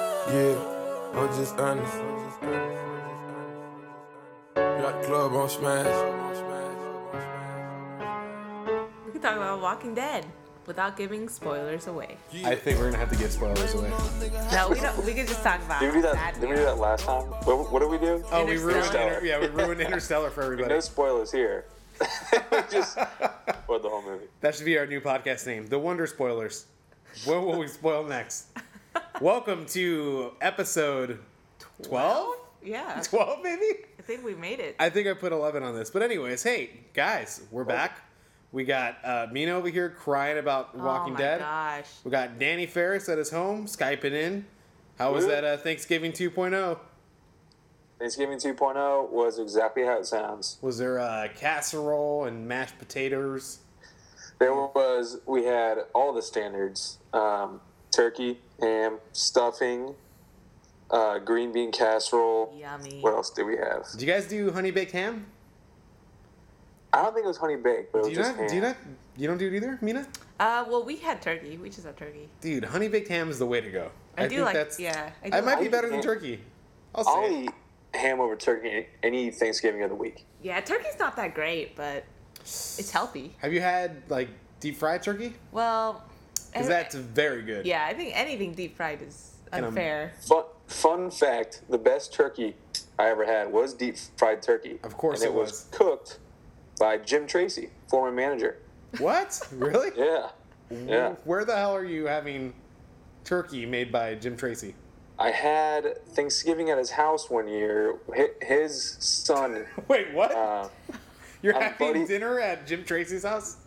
Yeah, I'm just honest. Yacht club on smash. We can talk about Walking Dead without giving spoilers away. I think we're gonna have to give spoilers away. No, we don't. We could just talk about. Did we do that? that. Did we do that last time? What, what did we do? Oh, we ruined Interstellar. Inter- yeah, we ruined Interstellar for everybody. No spoilers here. Just or the whole movie. That should be our new podcast name, The Wonder Spoilers. What will we spoil next? Welcome to episode 12? Yeah, 12, maybe? I think we made it. I think I put 11 on this. But, anyways, hey, guys, we're back. We got uh, Mina over here crying about Walking oh my Dead. gosh. We got Danny Ferris at his home, Skyping in. How was Woo. that uh, Thanksgiving oh? 2.0? Thanksgiving 2.0 was exactly how it sounds. Was there uh, casserole and mashed potatoes? There was we had all the standards: um, turkey, ham, stuffing, uh, green bean casserole. Yummy. What else did we have? Did you guys do honey baked ham? I don't think it was honey baked, but it was Do you just not? Do you ham. not? You don't do it either, Mina? Uh, well, we had turkey. We just had turkey. Dude, honey baked ham is the way to go. I, do like. yeah, I do It might like- be better than Yeah. turkey. I'll say. I'll it. eat ham over turkey any Thanksgiving of the week. Yeah, turkey's not that great, but it's healthy. Have you had like deep fried turkey? Well, Because I- that's very good. Uh, yeah, I think anything deep fried is um, unfair. Fun, fun fact: the best turkey I ever had was deep fried turkey. Of course and it it was. was. cooked by Jim Tracy, former manager. What? Really? Yeah, yeah. Where the hell are you having turkey made by Jim Tracy? I had Thanksgiving at his house one year. Hi- His son, Wait, what? uh, You're I'm having buddy- dinner at Jim Tracy's house?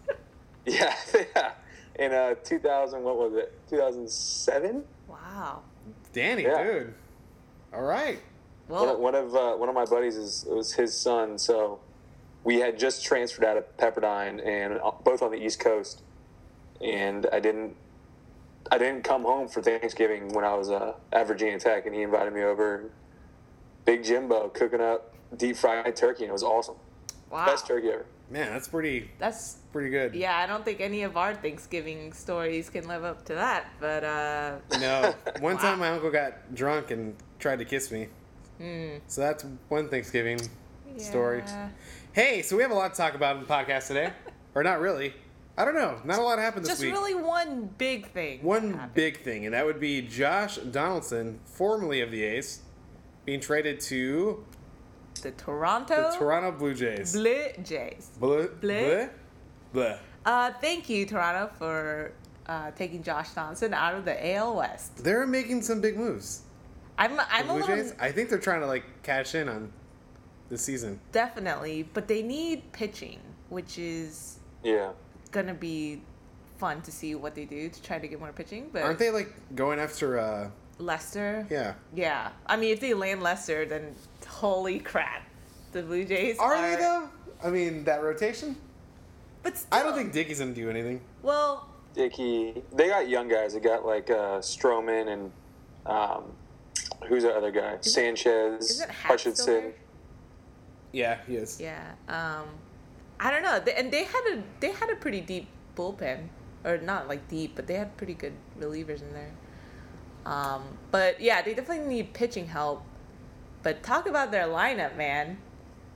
yeah, yeah. In uh, 2000, what was it? 2007. Wow. Danny, Yeah. dude. All right. One Well, of one of, uh, one of my buddies is it was his son, so we had just transferred out of Pepperdine and uh, both on the East Coast, and I didn't I didn't come home for Thanksgiving when I was uh, at Virginia Tech, and he invited me over. Big Jimbo cooking up deep fried turkey, and it was awesome. wow. Best turkey ever. Man, that's pretty That's pretty good. yeah. I don't think any of our Thanksgiving stories can live up to that, but uh, No. One time my uncle got drunk and tried to kiss me. So that's one Thanksgiving story. Hmm. yeah. Hey, so we have a lot to talk about in the podcast today. or not really. I don't know. Not a lot happened this Just week. really one big thing. one happened. big thing, and that would be Josh Donaldson, formerly of the Ace, being traded to the Toronto, the Toronto Blue Jays. Blue Jays. Blue. Blue. Blue. Blue. Uh, thank you, Toronto, for uh, taking Josh Johnson out of the AL West. They're making some big moves. I'm The I'm a Blue little Jays. I think they're trying to like cash in on this season. definitely, but they need pitching, which is Yeah. gonna be fun to see what they do to try to get more pitching. But Aren't they like going after? uh Lester, Yeah. yeah. I mean, if they land Lester, then holy crap, the Blue Jays Are they though? I mean, that rotation. But still, I don't think Dickey's gonna do anything. Well, Dickey. They got young guys. They got like uh, Stroman and um, who's the other guy? Sanchez, isn't Hack still Hutchinson. there? Yeah, he is. Yeah. Um, I don't know. They, and they had a they had a pretty deep bullpen, or not like deep, but they had pretty good relievers in there. Um, but yeah, they definitely need pitching help. But talk about their lineup, man.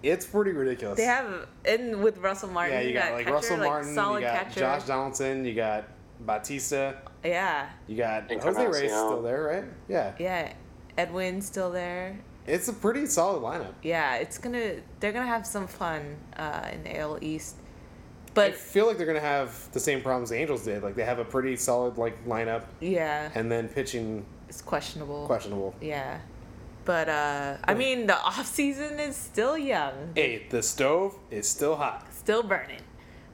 It's pretty ridiculous. They have and with Russell Martin. yeah, you got, like catcher, Russell Martin, solid you got catcher. Josh Donaldson, you got Batista, yeah, you got And Jose Reyes Carnacion. still there, right? Yeah. yeah. Edwin's still there. It's a pretty solid lineup. Yeah, it's gonna. They're gonna have some fun uh, in the AL East. I But feel like they're gonna have the same problems the Angels did. Like they have a pretty solid like lineup, yeah, and then pitching it's questionable. questionable. Yeah. But uh I mean the off season is still young. Hey, the stove is still hot. Still burning.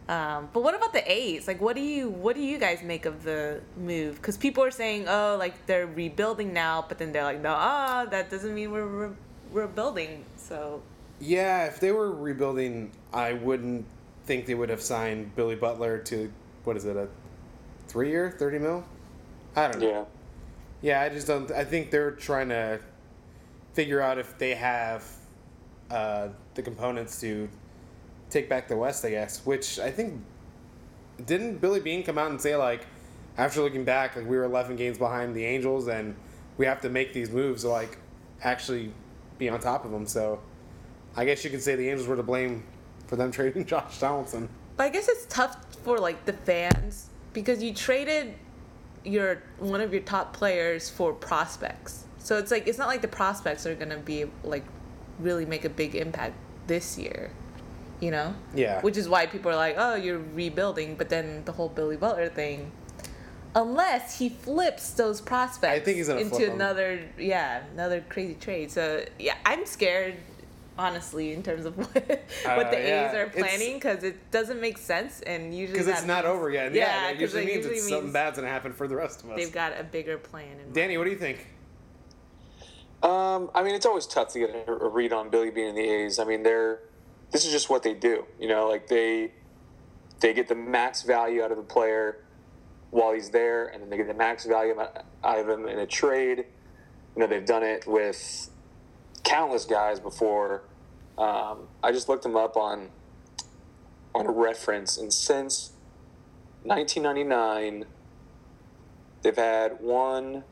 Um, but what about the A's? Like what do you what do you guys make of the move? Cuz people are saying, "Oh, like they're rebuilding now," but then they're like, "No, ah, that doesn't mean we're re- rebuilding." So, Yeah, if they were rebuilding, I wouldn't think they would have signed Billy Butler to what is it a three year, thirty mil? I don't know. Yeah. Yeah, I just don't. I think they're trying to figure out if they have uh, the components to take back the West. I guess, which I think didn't Billy Bean come out and say like after looking back, like we were eleven games behind the Angels and we have to make these moves to like actually be on top of them. So I guess you could say the Angels were to blame for them trading Josh Donaldson. But I guess it's tough for like the fans because you traded your one of your top players for prospects. So it's like it's not like the prospects are gonna be like really make a big impact this year. You know? Yeah. Which is why people are like, Oh, you're rebuilding but then the whole Billy Butler thing unless he flips those prospects I think he's gonna into flip 'em. another yeah, another crazy trade. So yeah, I'm scared honestly in terms of what, what the Uh, yeah. A's are It's- planning because it doesn't make sense and usually Because it's that not means- over yet. Yeah, Yeah, that 'cause usually that means usually it's something means- bad's gonna happen for the rest of us. They've got a bigger plan. In Danny, what do you think? Um, I mean, it's always tough to get a, a read on Billy being in the A's. I mean, they're this is just what they do. You know, like they they get the max value out of the player while he's there, and then they get the max value out out of him in a trade. You know, they've done it with countless guys before. Um, I just looked them up on on a reference, and since 1999, they've had one,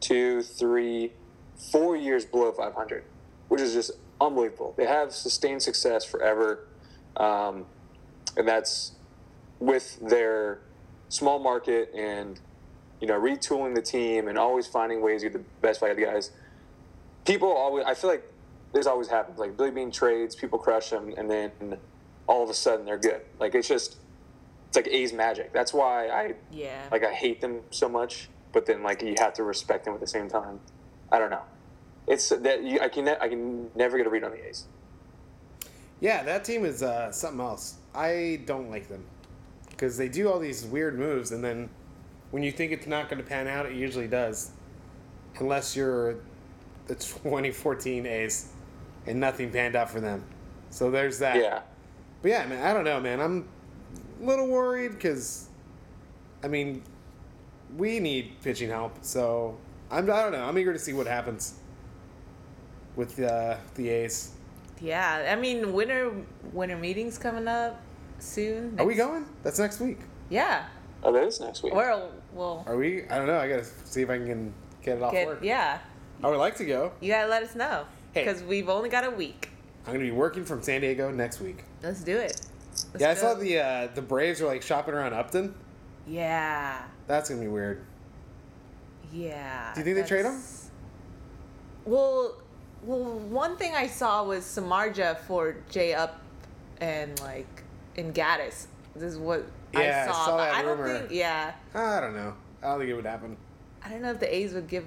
two, three, four years below 500, which is just unbelievable. They have sustained success forever, um, and that's with their small market and you know retooling the team and always finding ways to get the best value out of the guys. People always, I feel like this always happens. Like Billy Bean trades, people crush them, and then all of a sudden they're good. Like it's just, it's like A's magic. That's why I yeah. like I hate them so much, but then like you have to respect them at the same time. I don't know. It's that you, I can ne- I can never get a read on the A's. Yeah, that team is uh, something else. I don't like them because they do all these weird moves, and then when you think it's not going to pan out, it usually does, unless you're the 2014 A's and nothing panned out for them. So there's that. Yeah, But yeah, man, I don't know, man. I'm a little worried because, I mean, we need pitching help. So I'm, I don't know. I'm eager to see what happens with uh, the A's. Yeah, I mean winter winter meetings coming up soon. Are we next- going? That's next week. Yeah, oh, that is next week. or well, Are we? I don't know. I gotta see if I can get it off get, work. yeah, I would like to go. you gotta let us know Hey. because we've only got a week. I'm gonna be working from San Diego next week. Let's do it. Let's yeah, I go. saw the uh, the Braves were like shopping around Upton. Yeah, That's gonna be weird. yeah. Do you think they trade him? that's- Well, well, one thing I saw was Samarja for J Up and like and Gaddis. This is what Yeah, I I saw. saw but that I don't rumor. think. Yeah, I don't know. I don't think it would happen. I don't know if the A's would give.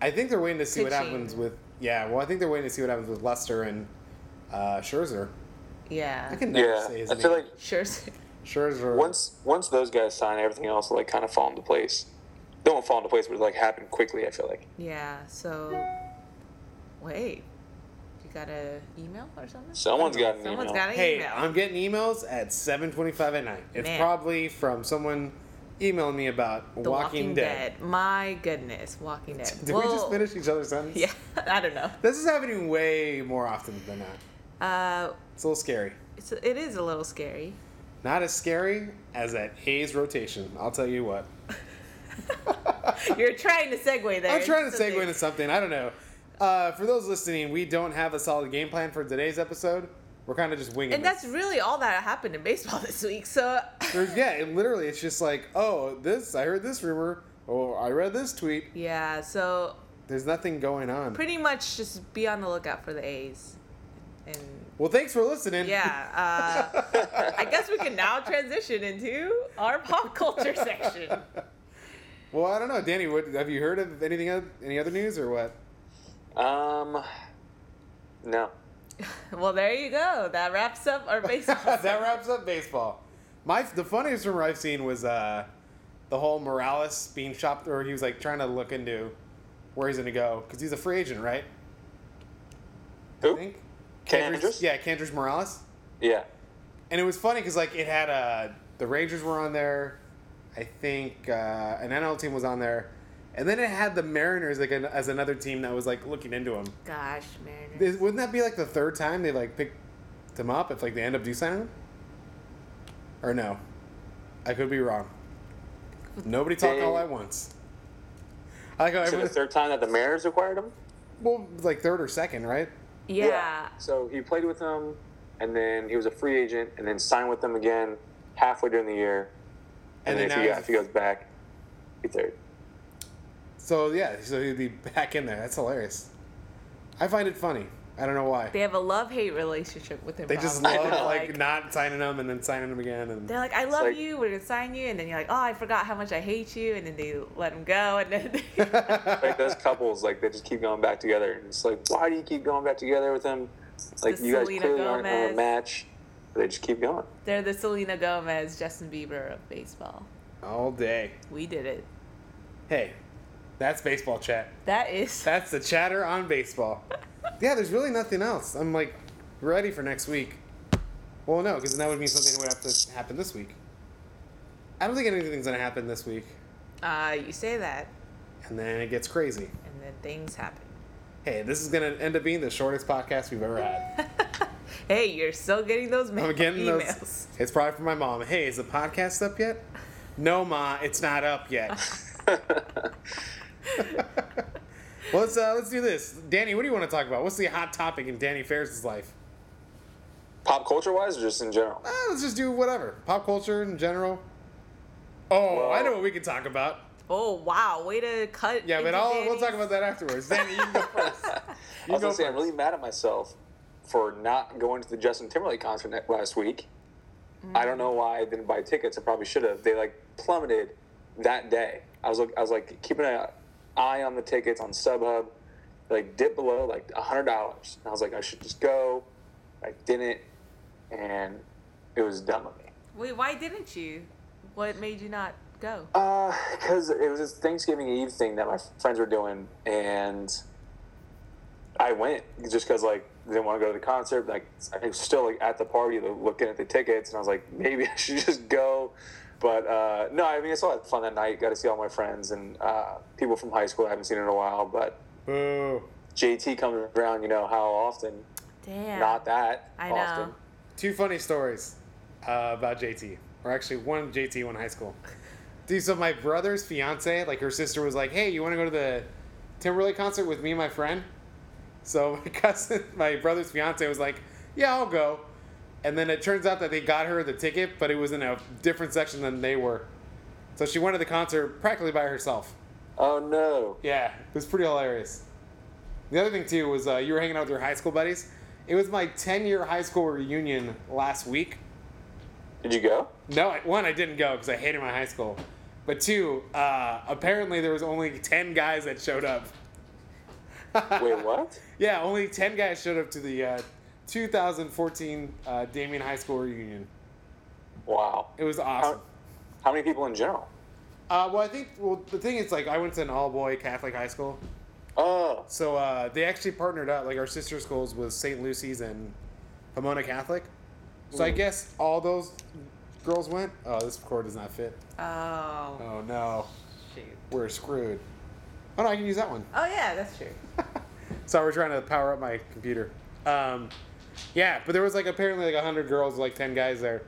I think they're waiting to see what Pitching. happens with. Yeah, well, I think they're waiting to see what happens with Lester and uh, Scherzer. Yeah, I can never yeah, say his I name. feel like sure. Scherzer. once once those guys sign, everything else will like kind of fall into place. They won't fall into place, but it like happen quickly. I feel like. Yeah, so wait. You got an email or something? Someone's got an Someone's email. got an Hey, email. I'm getting emails at 7:25 at night. It's Man. probably from someone emailing me about The Walking, Dead. My goodness, Walking Dead. Did we just Well, finish each other's sentence? Yeah, I don't know. This is happening way more often than not. Uh, It's a little scary. it's, it is a little scary. Not as scary as that A's rotation. I'll tell you what. You're trying to segue there. I'm trying to It's okay. segue into something. I don't know. Uh, for those listening, we don't have a solid game plan for today's episode. We're kind of just winging And it. that's really all that happened in baseball this week. So There's, yeah, it literally, it's just like, oh, this, I heard this rumor, or I read this tweet. yeah, so There's nothing going on. pretty much just be on the lookout for the A's. And well, thanks for listening. yeah, uh, I guess we can now transition into our pop culture section. Well, I don't know, Danny. What have you heard of anything? oth- Any other news or what? Um, no. Well, there you go. That wraps up our baseball. that wraps up baseball. My the funniest rumor I've seen was uh, the whole Morales being shopped, or he was like trying to look into where he's gonna go because he's a free agent, right? I Who? think. Ken Andrews? Yeah, Kendrick Morales. Yeah. And it was funny because like it had uh, the Rangers were on there, I think uh, an NL team was on there, and then it had the Mariners like an, as another team that was like looking into him. Gosh, Mariners. Is- Wouldn't that be like the third time they like picked them up if like they end up do signing them? Or no, I could be wrong. Nobody talk all at once. I like how Is it the everyone, third time that the Mariners acquired him? well, like third or second, right? Yeah. So he played with them, and then he was a free agent, and then signed with them again halfway during the year. And And, then then, now if, he, he's- if he goes back, he's third. So yeah, so he'd be back in there. That's hilarious. I find it funny. I don't know why. They have a love hate relationship with him. They just probably. love They're like not signing them and then signing them again. And They're like, I love like- you. We're gonna sign you, and then you're like, oh, I forgot how much I hate you, and then they let him go, and then Like those couples, like they just keep going back together, and it's like, why do you keep going back together with him? Like the you guys Selena clearly aren't, aren't Gomez. a match. They just keep going. they're the Selena Gomez, Justin Bieber of baseball. all day. We did it. Hey, that's baseball chat. That is That's the chatter on baseball. yeah, there's really nothing else. I'm like ready for next week. Well, no, because that would mean something would have to happen this week. I don't think anything's gonna happen this week, Uh, you say that, and then it gets crazy. and then things happen. Hey, this is gonna end up being the shortest podcast we've ever had. hey, you're still getting those ma- I'm getting emails. those. It's probably from my mom. Hey, is the podcast up yet? No, ma, it's not up yet. well, let's uh, let's do this. Danny, what do you want to talk about? What's the hot topic in Danny Ferris's life? Pop culture wise, or just in general. Uh, let's just do whatever. Pop culture in general. Oh, Well- I know what we can talk about. Oh wow, way to cut. Yeah, but into I'll, we'll Danny's- talk about that afterwards. Danny, you can go first. I was go gonna say, I'm first. really mad at myself for not going to the Justin Timberlake concert ne- last week. I don't know why I didn't buy tickets. I probably should have. They like plummeted that day. I was like, I was like keeping an eye on the tickets on StubHub. They, Like dipped below like hundred dollars. I was like, I should just go. I didn't, and it was dumb of me. Wait, why didn't you? What made you not go? because Uh, it was this Thanksgiving Eve thing that my friends were doing, and I went just because like didn't want to go to the concert. Like I was still like at the party, like, looking at the tickets, and I was like, maybe I should just go. But uh, no, I mean, I still had fun that night. Got to see all my friends and uh, people from high school I haven't seen in a while. But Boo. JT comes around, you know how often? Damn. Not that I know. often. Two funny stories uh, about JT, or actually one JT, one high school. Dude, so my brother's fiance, like her sister, was like, "Hey, you want to go to the Timberlake concert with me and my friend?" So my cousin, my brother's fiance, was like, "Yeah, I'll go." And then it turns out that they got her the ticket, but it was in a different section than they were. So she went to the concert practically by herself. Oh no. Yeah, it was pretty hilarious. The other thing too was uh, you were hanging out with your high school buddies. It was my 10-year high school reunion last week. Did you go? No, I- one I didn't go because I hated my high school, but two, uh, apparently there was only 10 guys that showed up. Wait, what? Yeah, only 10 guys showed up to the uh, 2014 uh, Damien High School reunion. Wow. It was awesome. How, how many people in general? Uh, well, I think well the thing is like I went to an all-boy Catholic high school. Oh, So uh, they actually partnered up, like our sister schools was St. Lucy's and Pomona Catholic. So Mm. I guess all those girls went. Oh, this cord does not fit. Oh. Oh no, Shoot. we're screwed. Oh no, I can use that one. Oh yeah, that's true. Sorry, we're trying to power up my computer. Um, yeah, but there was like apparently like hundred girls, like ten guys there,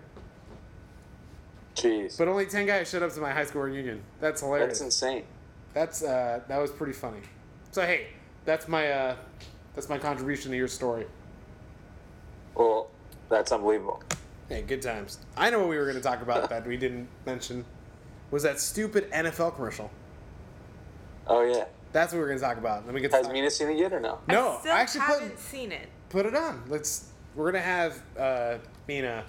jeez. but only ten guys showed up to my high school reunion. That's hilarious. That's insane. That's uh, that was pretty funny. So hey, that's my uh, that's my contribution to your story. Well, that's unbelievable. Hey, good times. I know what we were going to talk about that we didn't mention was that stupid NFL commercial. Oh yeah. That's what we were going to talk about. Then we get to Has talk- Mina seen it yet or no? No, I Oh, I, still actually haven't put, seen it. put it on. Let's we're going to have uh, Mina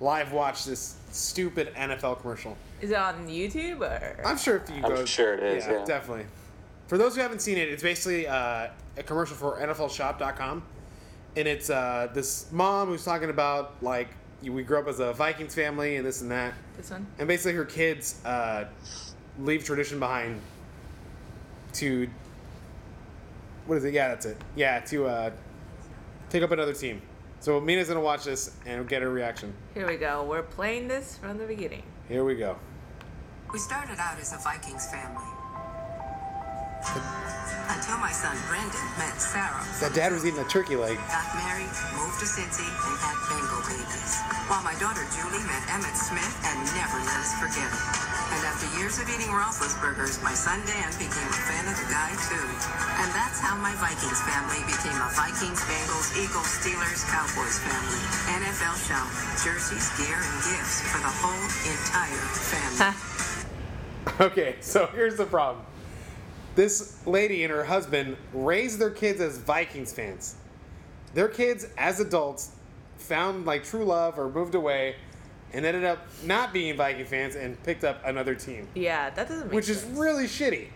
live watch this stupid NFL commercial. Is it on YouTube or? I'm sure if you I'm go, sure it is, yeah. definitely. For those who haven't seen it, it's basically uh, a commercial for NFLShop.com, and it's uh, this mom who's talking about like we grew up as a Vikings family and this and that. this one. and basically her kids uh, leave tradition behind to what is it yeah that's it yeah to uh, take up another team so mina's gonna watch this and get her reaction Here we go. We're playing this from the beginning. here we go We started out as a Vikings family. Until my son Brandon met Sarah, that dad was eating a turkey leg got married, moved to Cincy, and had Bengal babies. While my daughter Julie met Emmett Smith and never let us forget it. And And after years of eating Roethlisbergers, my son Dan became a fan of the guy too. And that's how my Vikings family became a Vikings, Bengals, Eagles, Steelers, Cowboys family. NFL shop, jerseys, gear, and gifts for the whole entire family. Okay, so here's the problem. This lady and her husband raised their kids as Vikings fans. Their kids, as adults, found like true love or moved away and ended up not being Viking fans and picked up another team, Yeah, that doesn't make which is sense. really shitty.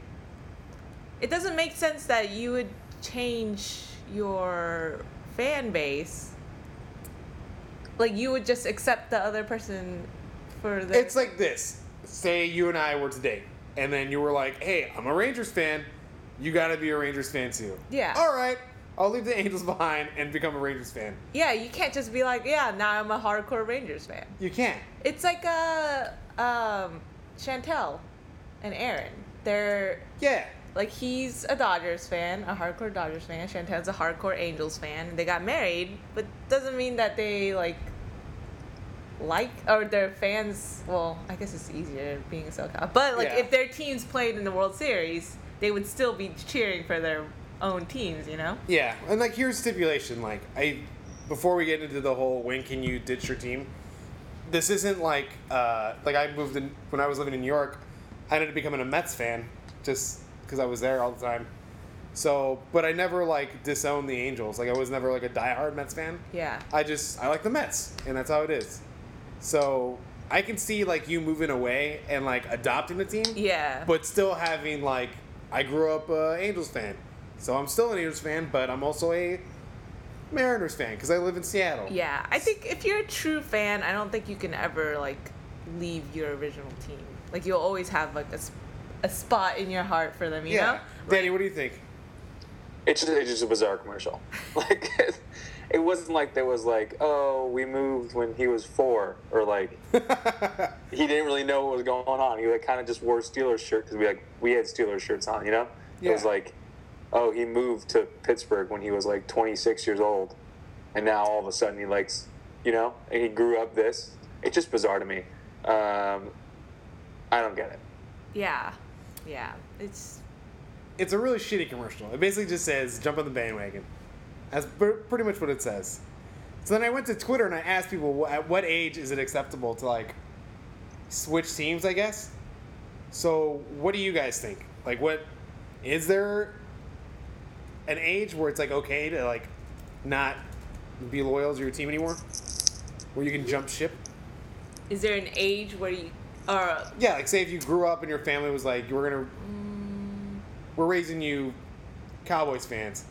it doesn't make sense that you would change your fan base. Like you would just accept the other person for the. It's like this say you and I were to date, and then you were like, hey, I'm a Rangers fan. You gotta be a Rangers fan too. Yeah. All right, I'll leave the Angels behind and become a Rangers fan. yeah, you can't just be like, yeah, now I'm a hardcore Rangers fan. You can't. It's like uh, um, Chantel and Aaron. They're Yeah. like he's a Dodgers fan, a hardcore Dodgers fan. Chantel's a hardcore Angels fan. They got married, but doesn't mean that they like like or their fans. Well, I guess it's easier being a SoCal, but like Yeah. if their teams played in the World Series, they would still be cheering for their own teams. You know? Yeah, and like here's stipulation. Like I, before we get into the whole when can you ditch your team, this isn't like uh, like I moved in when I was living in New York. I ended up becoming a Mets fan just because I was there all the time. So, but I never like disowned the Angels. Like I was never like a diehard Mets fan. Yeah. I just I like the Mets, and that's how it is. So I can see like you moving away and like adopting the team Yeah. but still having like I grew up a Angels fan, so I'm still an Angels fan, but I'm also a Mariners fan because I live in Seattle. yeah, I think if you're a true fan, I don't think you can ever like leave your original team. Like you'll always have like a, s- a spot in your heart for them. You yeah. know? Danny, what do you think? It's just, it's just a bizarre commercial. Like, it, it wasn't like there was like, oh, we moved when he was four, or like he didn't really know what was going on. He like kind of just wore a Steelers shirt because we like we had Steelers shirts on, you know. It was Yeah. like, oh, he moved to Pittsburgh when he was like 26 years old, and now all of a sudden he likes, you know, and he grew up this. It's just bizarre to me. Um, I don't get it. Yeah, yeah. It's It's a really shitty commercial. It basically just says jump on the bandwagon. That's pr- pretty much what it says. So then I went to Twitter and I asked people wh- at what age is it acceptable to like switch teams? I guess. So what do you guys think? Like, what is there an age where it's like okay to like not be loyal to your team anymore, where you can jump ship? is there an age where you or Yeah, like say if you grew up and your family was like, we're gonna, we're raising you, Cowboys fans.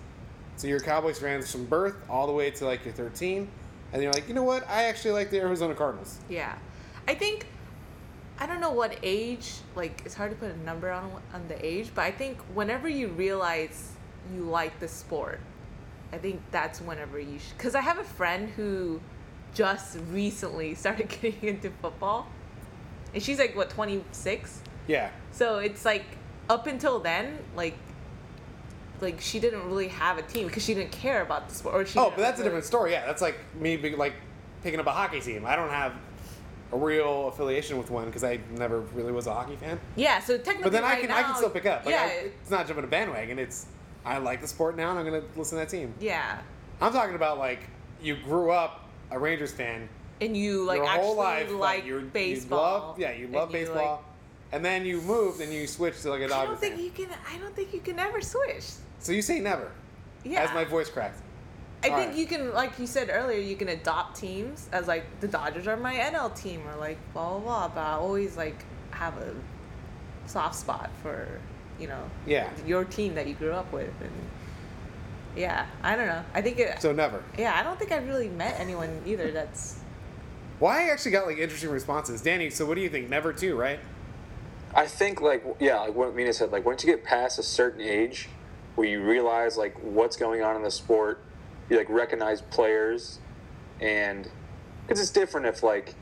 So you're Cowboys fans from birth all the way to like your 13, and then you're like, you know what? I actually like the Arizona Cardinals. yeah, I think I don't know what age. Like it's hard to put a number on on the age, but I think whenever you realize you like the sport, I think that's whenever you should. Because I have a friend who just recently started getting into football, and she's like what twenty six. Yeah, So it's like up until then, like like she didn't really have a team because she didn't care about the sport. Or she Oh, didn't but that's a really- different story. Yeah, that's like me being like picking up a hockey team. I don't have a real affiliation with one because I never really was a hockey fan. Yeah, so technically, But then I right can now, I can still pick up. Like, yeah, I, it's not jumping a bandwagon. It's I like the sport now, and I'm gonna listen to that team. yeah, I'm talking about like you grew up a Rangers fan and you like your actually whole life, like you're- baseball. You love, yeah, you and love like- baseball, and then you moved and you switched to like a I Dodger don't think fan. you can. I don't think you can ever switch. So you say never. Yeah, As my voice cracked. I think Alright. you can, like you said earlier, you can adopt teams as like the Dodgers are my NL team or like blah blah blah. But I always like have a soft spot for you know Yeah. your team that you grew up with and yeah I don't know I think it So never. yeah I don't think I've really met anyone either that's Well, I actually got like interesting responses, Danny. So what do you think? Never too, right? I think like yeah, like what Mina said, like once you get past a certain age where you realize like what's going on in the sport, you like recognize players and it's just different if like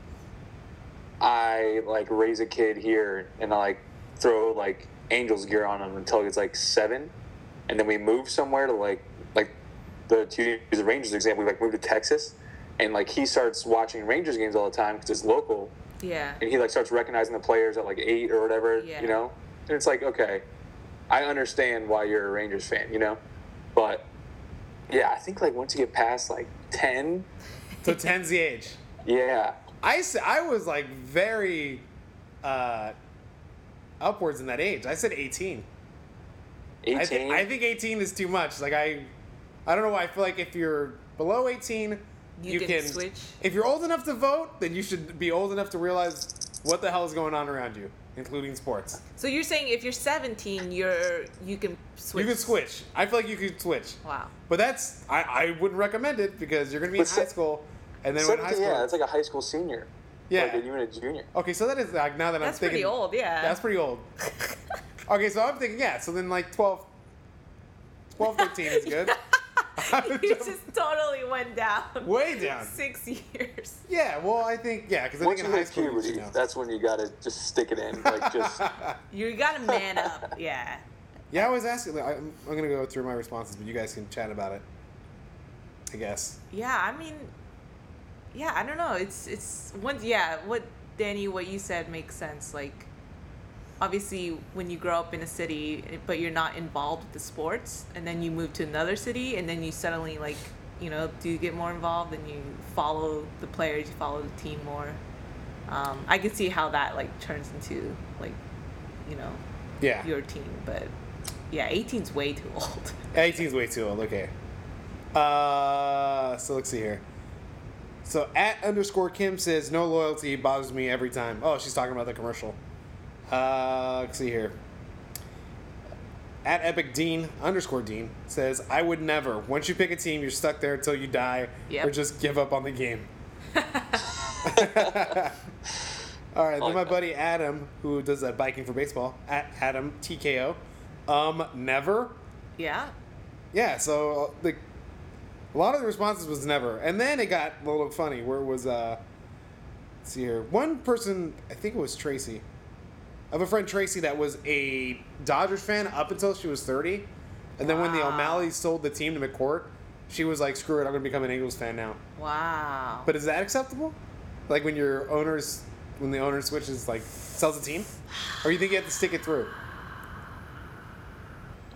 I like raise a kid here and I like throw like Angels gear on him until he's like seven and then we move somewhere to like like the to use the Rangers example, we like moved to Texas and like he starts watching Rangers games all the time because it's local Yeah. and he like starts recognizing the players at like eight or whatever, Yeah. you know. And it's like, okay, I understand why you're a Rangers fan, you know, but yeah, I think like once you get past like ten, So 10's the age. yeah, I, s- I was like very uh, upwards in that age. I said 18. eighteen. I, thi- I think 18 is too much. Like I, I don't know why. I feel like if you're below 18, You you, can can switch. If you're old enough to vote, then you should be old enough to realize what the hell is going on around you, including sports. So you're saying if you're 17, you're you can switch. You can switch. I feel like you could switch. Wow. But that's I, I wouldn't recommend it because you're gonna be in But se- high school, and then when high 17, school. yeah, it's like a high school senior. Yeah. Oh, like, and you're in a junior. okay, so that is like now that I'm That's thinking. pretty old, yeah. That's pretty old. okay, so I'm thinking yeah. So then like 12, 12, 13 is good. you just totally went down. Way down. Six years. Yeah, well, I think yeah, because I Once think you in high hit school you should puberty, know. that's when you gotta just stick it in. Like just You gotta man up. Yeah. Yeah, I was asking. I- I'm, I'm gonna go through my responses, but you guys can chat about it. I guess. Yeah, I mean, yeah, I don't know. It's it's once yeah, what Danny, what you said makes sense. Like, obviously, when you grow up in a city, but you're not involved with the sports, and then you move to another city, and then you suddenly like, you know, do you get more involved and you follow the players, you follow the team more. Um, I can see how that like turns into like, you know, Yeah. your team, but yeah, 18's way too old. 18 is way too old. Okay. Uh, so let's see here. So at underscore Kim says no loyalty bothers me every time. Oh, she's talking about the commercial. Uh, let's see here. At Epic Dean underscore Dean says I would never. Once you pick a team, you're stuck there until you die Yep. or just give up on the game. All right, then like my that. buddy Adam, who does that biking for baseball, at Adam TKO, um, never. Yeah. Yeah, so uh, the a lot of the responses was never, and then it got a little funny where it was. Uh, let's see here, one person I think it was Tracy, of a friend Tracy that was a Dodgers fan up until she was thirty, and then when the Wow. O'Malley sold the team to McCourt, she was like, "Screw it, I'm gonna become an Angels fan now." Wow. But is that acceptable? Like when your owners, when the owner switches, like sells a team, or you think you have to stick it through?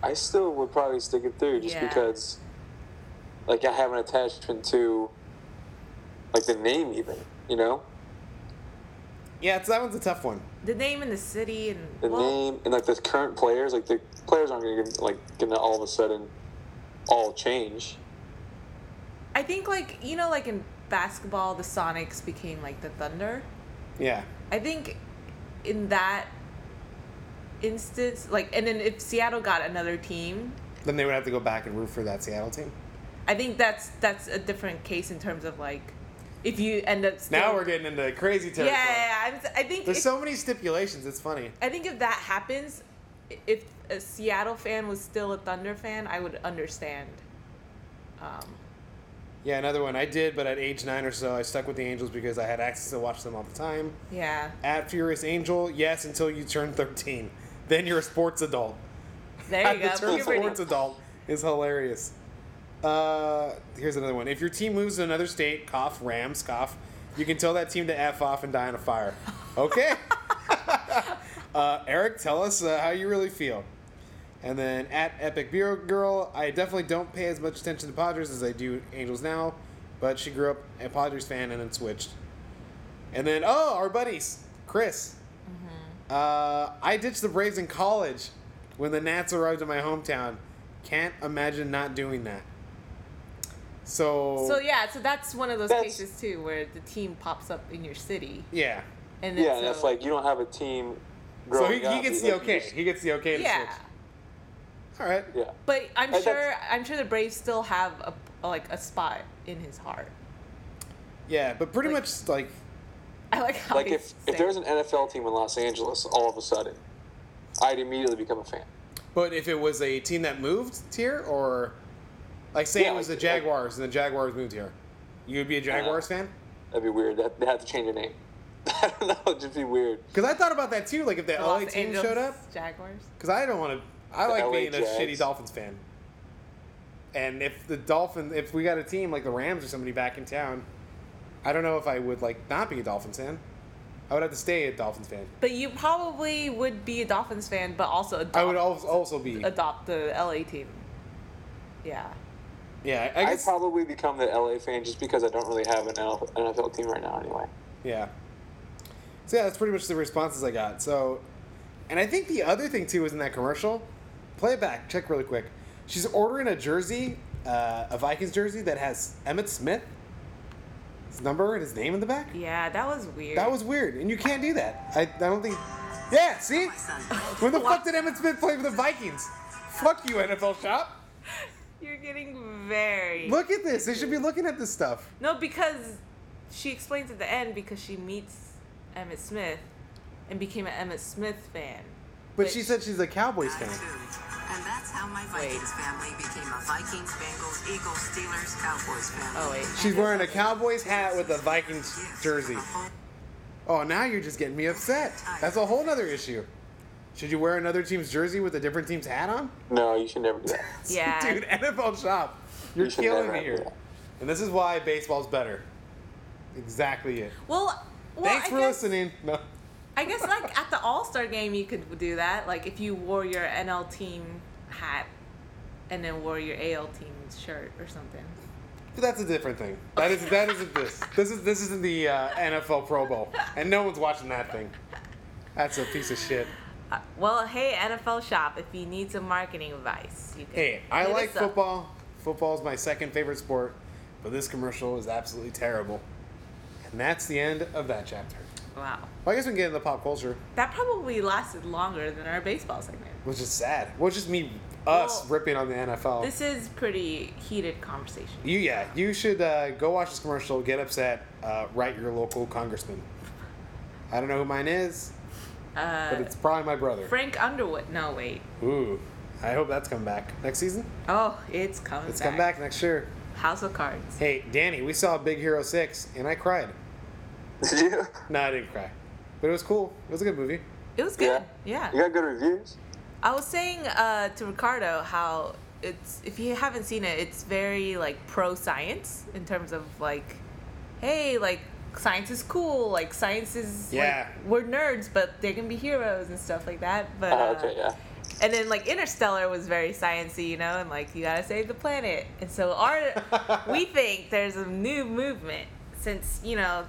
I still would probably stick it through just Yeah. because, like, I have an attachment to, like, the name even, you know, Yeah, it's, that one's a tough one. the name and the city and the well, name and like the current players. Like the players aren't gonna get, like gonna all of a sudden all change. I think like you know like in basketball the Sonics became like the Thunder. Yeah, I think in that instance like and then if Seattle got another team, then they would have to go back and root for that Seattle team. I think that's that's a different case in terms of like if you end up still, Now we're getting into crazy yeah, territory. yeah, yeah, I'm, I think There's if- so many stipulations. It's funny. I think if that happens, i- if a Seattle fan was still a Thunder fan, I would understand. Um, Yeah, another one I did, but at age nine or so, I stuck with the Angels because I had access to watch them all the time. yeah, At Furious Angel, yes, until you turn 13, then you're a sports adult. there you the go. term puberty. sports adult is hilarious. Uh, here's another one. If your team moves to another state, cough Rams, cough. You can tell that team to f off and die in a fire. Okay. uh, Eric, tell us uh, how you really feel. And then at Epic Bureau Girl, I definitely don't pay as much attention to Padres as I do Angels now, but she grew up a Padres fan and then switched. And then oh, our buddies, Chris. Mm-hmm. Uh, I ditched the Braves in college when the Nats arrived in my hometown. Can't imagine not doing that. So, So yeah, so that's one of those That's- cases too where the team pops up in your city, yeah. and then Yeah, so, and that's like you don't have a team. So Growing he, he up, gets you- the okay. you He gets the okay to yeah. switch. All right. just- yeah, But I'm And that's- sure I'm sure the Braves still have a like a spot in his heart. Yeah, but pretty Like- much like I like how like he's if if saying- there's an NFL team in Los Angeles, all of a sudden, I'd immediately become a fan. But if it was a team that moved here, or like say Yeah, Uh-huh. it was like- the Jaguars and the Jaguars moved here, you would be a Jaguars fan? That'd be weird. That they have to change their name. I don't know. It'd just be weird. Because I thought about that too. Like if the the LA Los team Angeles showed up, Jaguars. because I don't want to. I The like LA being a shitty Jags. Dolphins fan. And if the Dolphins, if we got a team like the Rams or somebody back in town, I don't know if I would like not be a Dolphins fan. I would have to stay a Dolphins fan. But you probably would be a Dolphins fan, but also adopt, I Uh, would al- also be. adopt the LA team. Yeah. Yeah, I I'd guess. probably become the LA fan just because I don't really have an NFL team right now anyway. Yeah. So yeah, that's pretty much the responses I got. So, and I think the other thing too was in that commercial. Play it back. Check really quick. She's ordering a jersey, uh, a Vikings jersey that has Emmett Smith, his number and his name in the back. Yeah, that was weird. That was weird, and you can't do that. I, I don't think. Yeah, see, My son. when the fuck did Emmett Smith play for the Vikings? Fuck you, NFL shop. You're getting very. Look at this. They should be looking at this stuff. No, because she explains at the end because she meets Emmett Smith and became an Emmett Smith fan. But she said she's a Cowboys I fan. too. And that's how my Vikings family became a Vikings, Bengals, Eagles, Steelers, Cowboys family. Oh, wait. She's wearing a Cowboys hat with a Vikings Yes, jersey. the whole- Oh, now you're just getting me upset. That's a whole nother issue. Should you wear another team's jersey with a different team's hat on? No, you should never do that. Yeah. Dude, NFL shop. You're You should killing never me do here. that. And this is why baseball's better. Exactly it. Well, well Thanks I for guess, listening. No. I guess, like, at the All Star game, you could do that. Like, if you wore your NL team hat and then wore your AL team shirt or something. But that's a different thing. That is that isn't this. This is this isn't the uh, NFL Pro Bowl. And no one's watching that thing. That's a piece of shit. Uh, well, hey, NFL shop, if you need some marketing advice, you can. Hey, I hit like us up. football. Football's my second favorite sport, but this commercial is absolutely terrible. And that's the end of that chapter. Wow. Well, I guess we can get into pop culture, That probably lasted longer than our baseball segment. which is sad. Well, it's just me, us Well, ripping on the NFL. This is pretty heated conversation. you, yeah, you should uh, go watch this commercial, get upset, uh, write your local congressman. I don't know who mine is, but Uh, it's probably my brother. Frank Underwood. No, wait. Ooh, I hope that's coming back next season. Oh, it's coming. It's come back next year. House of Cards. Hey, Danny, we saw Big Hero Six, and I cried. Did you? No, I didn't cry. But it was cool. It was a good movie. It was good. Yeah. You got good reviews? I was saying uh, to Ricardo how it's if you haven't seen it, it's very like pro science in terms of like, hey, like science is cool. Like science is like, Yeah. we're nerds, but they can be heroes and stuff like that. But Oh, uh, okay, yeah. And then like Interstellar was very sciencey, you know, and like you gotta save the planet. And so our we think there's a new movement since you know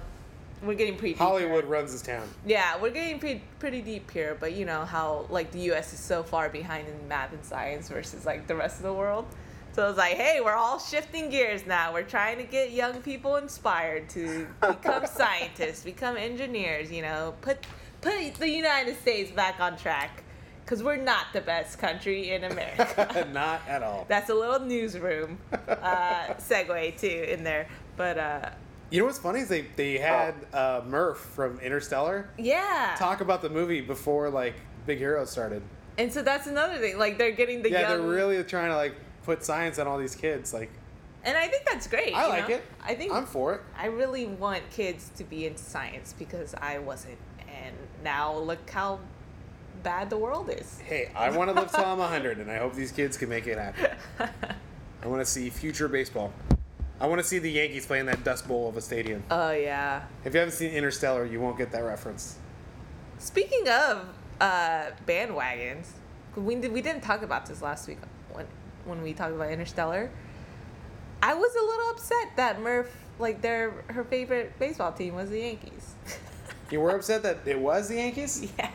we're getting pretty deep Hollywood Here. runs this town. Yeah, we're getting pretty pretty deep here, but you know how like the U.S. is so far behind in math and science versus like the rest of the world. So it's like, hey, we're all shifting gears now. We're trying to get young people inspired to become scientists, become engineers. You know, put put the United States back on track because we're not the best country in America. Not at all. That's a little newsroom uh, segue too in there, but uh, You know what's funny is they, they had uh, Murph from Interstellar yeah. talk about the movie before like Big Hero started. and so that's another thing. Like they're getting the Yeah, young. they're really trying to like put science on all these kids. Like And I think that's great. I you like know? it. I think I'm for it. I really want kids to be into science because I wasn't, and now look how bad the world is. Hey, I want to live till I'm 100, and I hope these kids can make it happen. I want to see future baseball. I want to see the Yankees playing that dust bowl of a stadium. Oh yeah. If you haven't seen Interstellar, you won't get that reference. Speaking of uh, bandwagons, we did, we didn't talk about this last week when when we talked about Interstellar. I was a little upset that Murph like their her favorite baseball team was the Yankees. You were upset that it was the Yankees? yeah.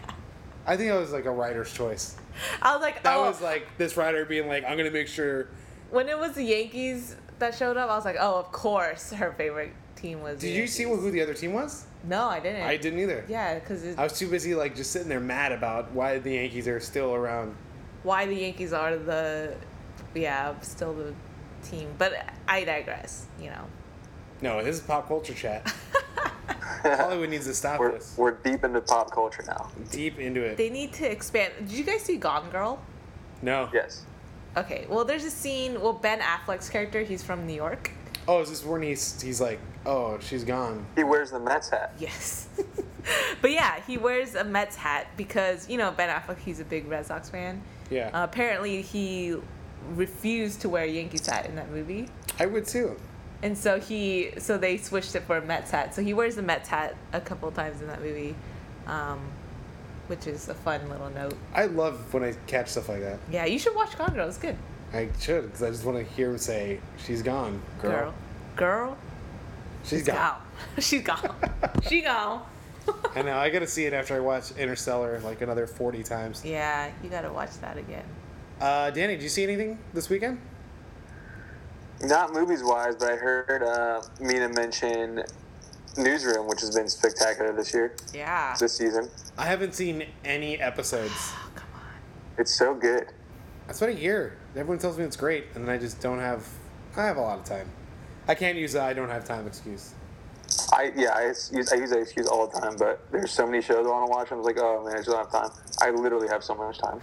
I think it was like a writer's choice. I was like, That oh, was like this writer being like, I'm gonna make sure. when it was the Yankees that showed up, I was like, oh, of course, her favorite team was. the Did you see Yankees. who the other team was? No, I didn't. I didn't either. Yeah, because I was too busy like just sitting there mad about why the Yankees are still around. why the Yankees are the, yeah, still the team. But I digress. You know. No, this is pop culture chat. Hollywood needs to stop We're, this. we're deep into pop culture now. Deep into it. They need to expand. Did you guys see Gone Girl? no. Yes. Okay, well, there's a scene. Well, Ben Affleck's character, he's from New York. Oh, is this when he's he's like, oh, she's gone. He wears the Mets hat. Yes. but yeah, he wears a Mets hat because, you know, Ben Affleck, he's a big Red Sox fan. Yeah. Uh, apparently, he refused to wear a Yankees hat in that movie. I would too. And so he, so they switched it for a Mets hat. So he wears the Mets hat a couple times in that movie, um, which is a fun little note. I love when I catch stuff like that. Yeah, you should watch Gone Girl. It's good. I should, because I just want to hear him say, "She's gone, girl. girl, She's she's gone." gone. she's gone. she gone. I know. I gotta see it after I watch Interstellar like another forty times. Yeah, you gotta watch that again. Uh, Danny, did you see anything this weekend? Not movies wise, but I heard uh, Mina mention Newsroom, which has been spectacular this year, Yeah. this season. I haven't seen any episodes. Oh, come on. It's so good. That's what I hear. Everyone tells me it's great, and then I just don't have. I have a lot of time. I can't use the "I don't have time" excuse. I yeah, I s- use, I use that excuse all the time, but there's so many shows I want to watch. I was like, oh man, I just don't have time. I literally have so much time.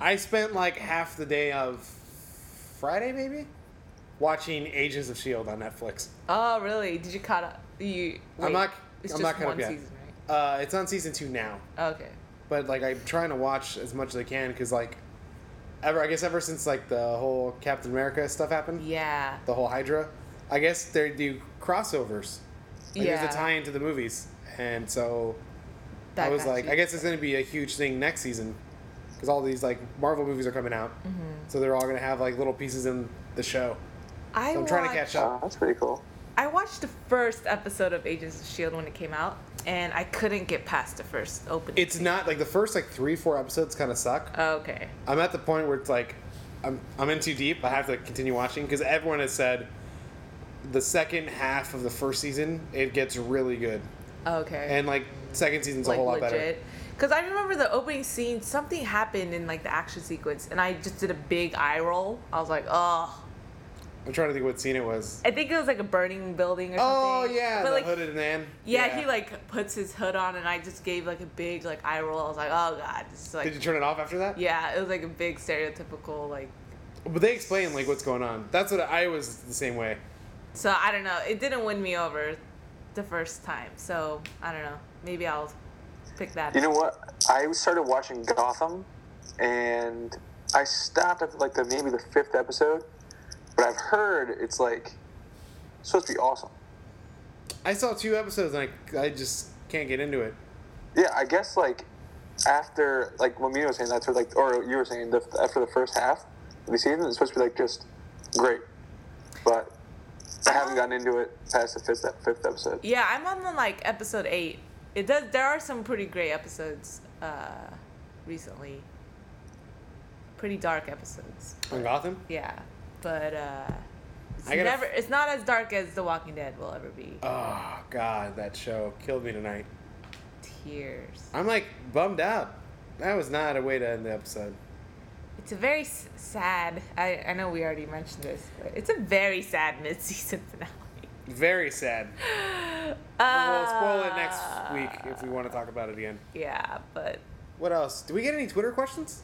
I spent like half the day of Friday, maybe, watching Agents of Shield E on Netflix. Oh, really? Did you caught up? You. I'm wait, not- It's I'm just not caught up one yet. season, Uh, it's on season two now, right? Okay. but like I'm trying to watch as much as I can because like, ever I guess ever since like the whole Captain America stuff happened, Yeah. the whole Hydra, I guess they do crossovers. Like, yeah. There's a tie into the movies, and so That I was got like, you. I guess it's going to be a huge thing next season because all these like Marvel movies are coming out, Mm-hmm. so they're all going to have like little pieces in the show. I So I'm trying to watched- catch Uh, up. that's pretty cool. I watched the first episode of Agents of Shield E when it came out, and I couldn't get past the first opening. It's not like the first like three four episodes kind of suck. okay. I'm at the point where it's like, I'm I'm in too deep. I have to continue watching because everyone has said the second half of the first season it gets really good, Okay. and like second season's a like whole lot better. legit. Because I remember the opening scene, something happened in like the action sequence, and I just did a big eye roll. I was like, oh. I'm trying to think what scene it was. I think it was like a burning building or Oh something. yeah, But, the like, hooded man. Yeah, he like puts his hood on, and I just gave like a big like eye roll. I was like, oh god, this is like. Did you turn it off after that? yeah, it was like a big stereotypical like. But they explain like what's going on. That's what I, I was the same way. So I don't know. It didn't win me over, the first time. So I don't know. Maybe I'll pick that. You up. know what? I started watching Gotham, and I stopped at like the maybe the fifth episode, but I've heard it's like supposed to be awesome. I saw two episodes and I, I just can't get into it. Yeah, I guess like after like what Mina was saying, that's what, like or you were saying the, after the first half of the season, it's supposed to be like just great, but I haven't gotten into it past the fifth fifth episode. Yeah, I'm on the, like episode eight. It does. There are some pretty great episodes uh, recently. Pretty dark episodes. On Gotham? Yeah, but uh, it's I gotta- never. It's not as dark as The Walking Dead will ever be. Oh, God, that show killed me tonight. Tears. I'm like bummed out. That was not a way to end the episode. It's a very s- sad. I I know we already mentioned this, but it's a very sad mid-season finale. Very sad. we'll spoil it next week if we want to talk about it again. Uh, Yeah, but What else? Do we get any Twitter questions?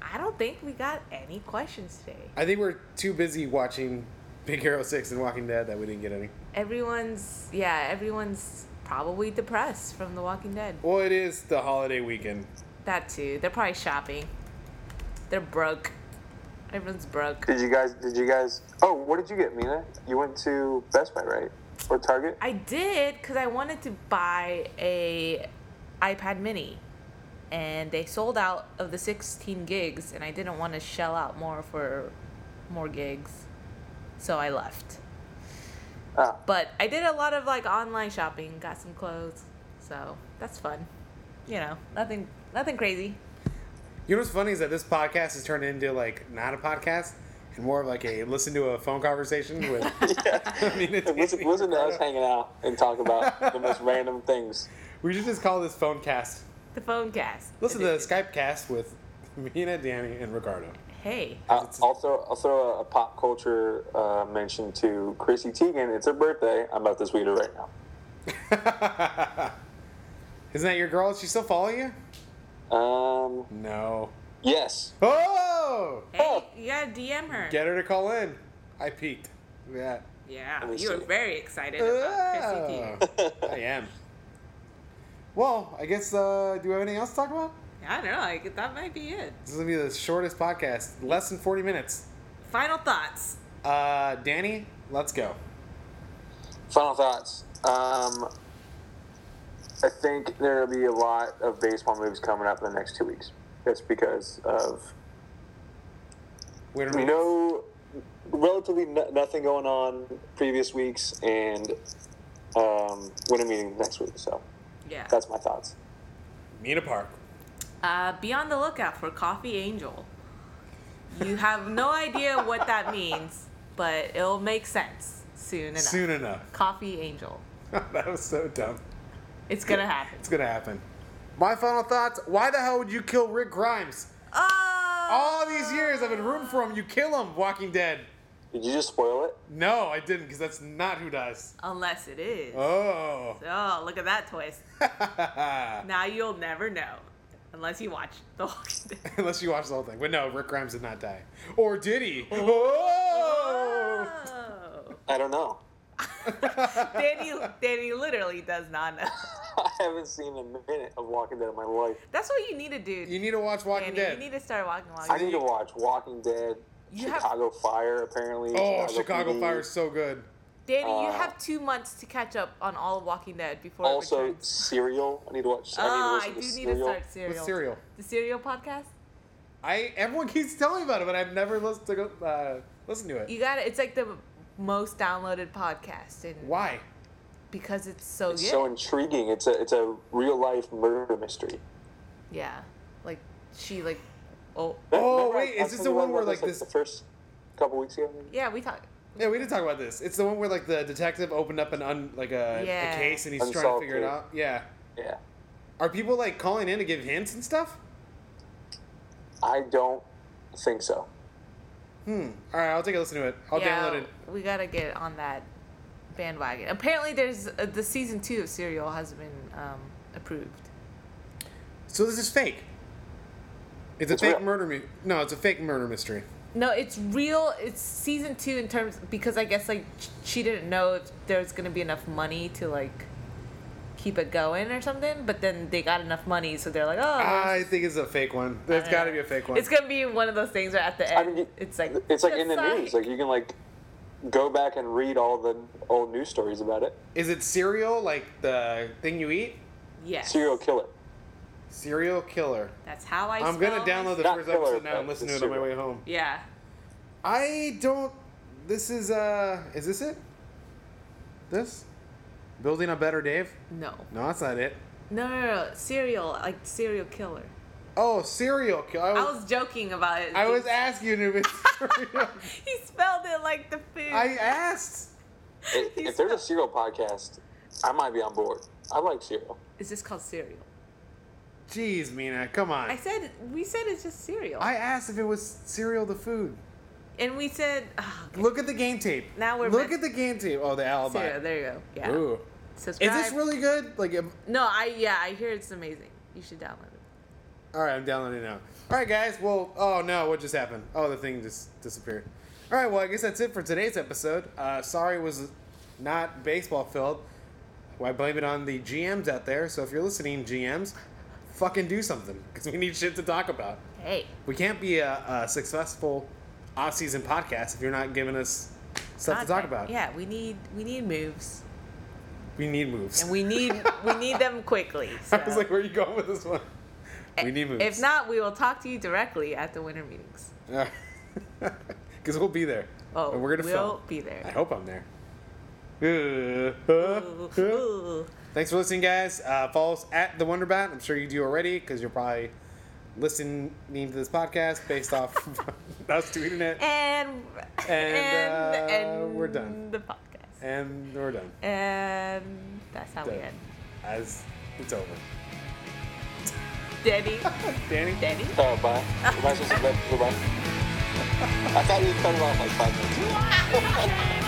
I don't think we got any questions today. I think we're too busy watching Big Hero 6 and Walking Dead that we didn't get any. Everyone's yeah, everyone's probably depressed from The Walking Dead. Well, it is the holiday weekend. That too. They're probably shopping. They're broke. Everyone's broke. Did you guys? Did you guys? Oh, what did you get, Mina? You went to Best Buy, right? Or Target? I did because I wanted to buy a iPad Mini, and they sold out of the 16 gigs, and I didn't want to shell out more for more gigs, so I left. Ah. But I did a lot of like online shopping, got some clothes, so that's fun. You know, nothing, nothing crazy. You know what's funny is that this podcast has turned into like not a podcast and more of like a listen to a phone conversation with. I mean, it's Listen, listen to us hanging out and talk about the most random things. We should just call this phone cast. The phone cast. Listen to the Skype cast with Mina, Danny, and Ricardo. Hey, Uh, also, I'll throw a, a pop culture uh, mention to Chrissy Teigen. It's her birthday. I'm about to tweet her right now. Isn't that your girl? Is she still following you? Um, No. yes. Oh! hey, you gotta DM her. Get her to call in. I peeked. Yeah. Yeah, Let me you were see. very excited about Chrissy Teigen. Oh, I am. Well, I guess, uh, do we have anything else to talk about? I don't know. Like, that might be it. This is gonna be the shortest podcast, less than 40 minutes. Final thoughts. Uh, Danny, let's go. Final thoughts. Um, I think there'll be a lot of baseball moves coming up in the next two weeks. That's because of We're we know relatively no- nothing going on previous weeks and um, winter meeting next week. So Yeah. that's my thoughts. Mina Park. Uh, be on the lookout for Coffee Angel. You have no idea what that means, but it'll make sense soon enough. Soon enough. Coffee Angel. that was so dumb. It's gonna happen. It's gonna happen. My final thoughts: Why the hell would you kill Rick Grimes? Oh! All these years I've been rooting for him. You kill him, Walking Dead. Did you just spoil it? No, I didn't, because that's not who dies. Unless it is. Oh. Oh. look at that twist. now you'll never know. Unless you watch The Walking Dead. Unless you watch the whole thing. But no, Rick Grimes did not die. Or did he? Oh! Oh. I don't know. Danny, Danny literally does not know. I haven't seen a minute of Walking Dead in my life. That's what you need to do. You need to watch Walking Danny, Dead. you need to start walking while I need to watch Walking Dead, You have- Chicago Fire, apparently. oh, Chicago PD. Fire is so good. Danny, you Uh, have two months to catch up on all of Walking Dead before it Also, returns. Serial. I need to watch. Oh, I I need to do listen need to to Serial. start cereal. With cereal. The cereal podcast. I everyone keeps telling me about it, but I've never listened to uh, listen to it. You got to It's like the most downloaded podcast, and Why? because it's so It's good. so intriguing. It's a it's a real life murder mystery. yeah, like she like, oh Oh Remember I- wait, I is this told the you one about where like the this? first couple weeks ago? maybe? yeah. We talk. Yeah, we did talk about this. It's the one where like the detective opened up an un like a, Yeah. a case and he's trying to Unsolved figure it case. out. Yeah. Yeah, Are people like calling in to give hints and stuff? I don't think so. Hmm. All right, I'll take a listen to it. I'll yeah, download it. we gotta get on that bandwagon. Apparently, there's uh, the season two of Serial has been um, approved. So this is fake. It's a It's fake real. murder. My- no, it's a fake murder mystery. No, it's real. It's season two in terms because I guess like sh- she didn't know if there was gonna be enough money to like keep it going or something. But then they got enough money, so they're like, oh, I think Ah, it's a fake one. There's got to be a fake one. It's gonna be one of those things where at the I end, mean, you- it's like it's like in the "Psych." news. Like you can like go back and read all the old news stories about it. Is it cereal like the thing you eat? yes, Serial killer. Serial killer. That's how I. I'm gonna spell my- download the Not first killer, episode now but and listen to the it on my way serial. home. Yeah, I don't. This is uh. Is this it? This? Building a better Dave? no. No, that's not it. no, no, no, no, serial like serial killer. Oh, serial killer. I I was, was joking about it. Oh. I He- was asking you if it's serial. he spelled it like the food. I asked. If, He's if there's a not- serial podcast, I might be on board. I like serial. It's just called cereal. Jeez, Mina, come on. I I, said we said it's just cereal. asked if it was cereal the food. And we said, oh, okay. Look at the game tape. Now we're Look mess- at the game tape. Oh, the alibi. cereal. There you go. Yeah. Ooh. Is Subscribe. this really good? Like, am- No, I yeah, I hear it's amazing. You should download it. All right, I'm downloading now. All right, guys. Well, oh no, what just happened? Oh, the thing just disappeared. All right, well, I guess that's it for today's episode. Uh, sorry, it was not baseball filled. Well, I blame it on the GMs out there. So if you're listening, GMs, fucking do something because we need shit to talk about. Hey, We can't be a, a successful off-season podcast if you're not giving us stuff to talk content. about. Yeah, we need we need moves, We need moves. and we need we need them quickly. So. I was like, where are you going with this one? We need moves. Eh, If not, we will talk to you directly at the winter meetings. Because we'll be there. Oh, and we're gonna we'll film. be I there. hope I'm there. Uh, uh, Ooh, uh. ooh. Thanks for listening, guys. Uh, follow us at the Wonderbat. I'm sure you do already because you're probably listening to this podcast based off us tweeting it. And and uh, and we're done. the podcast. And we're done. And Um, that's how we Done. end. As it's over. Danny, Danny? Danny. Oh, bye. Am I supposed to say goodbye? I thought you cut it off like five minutes. Why?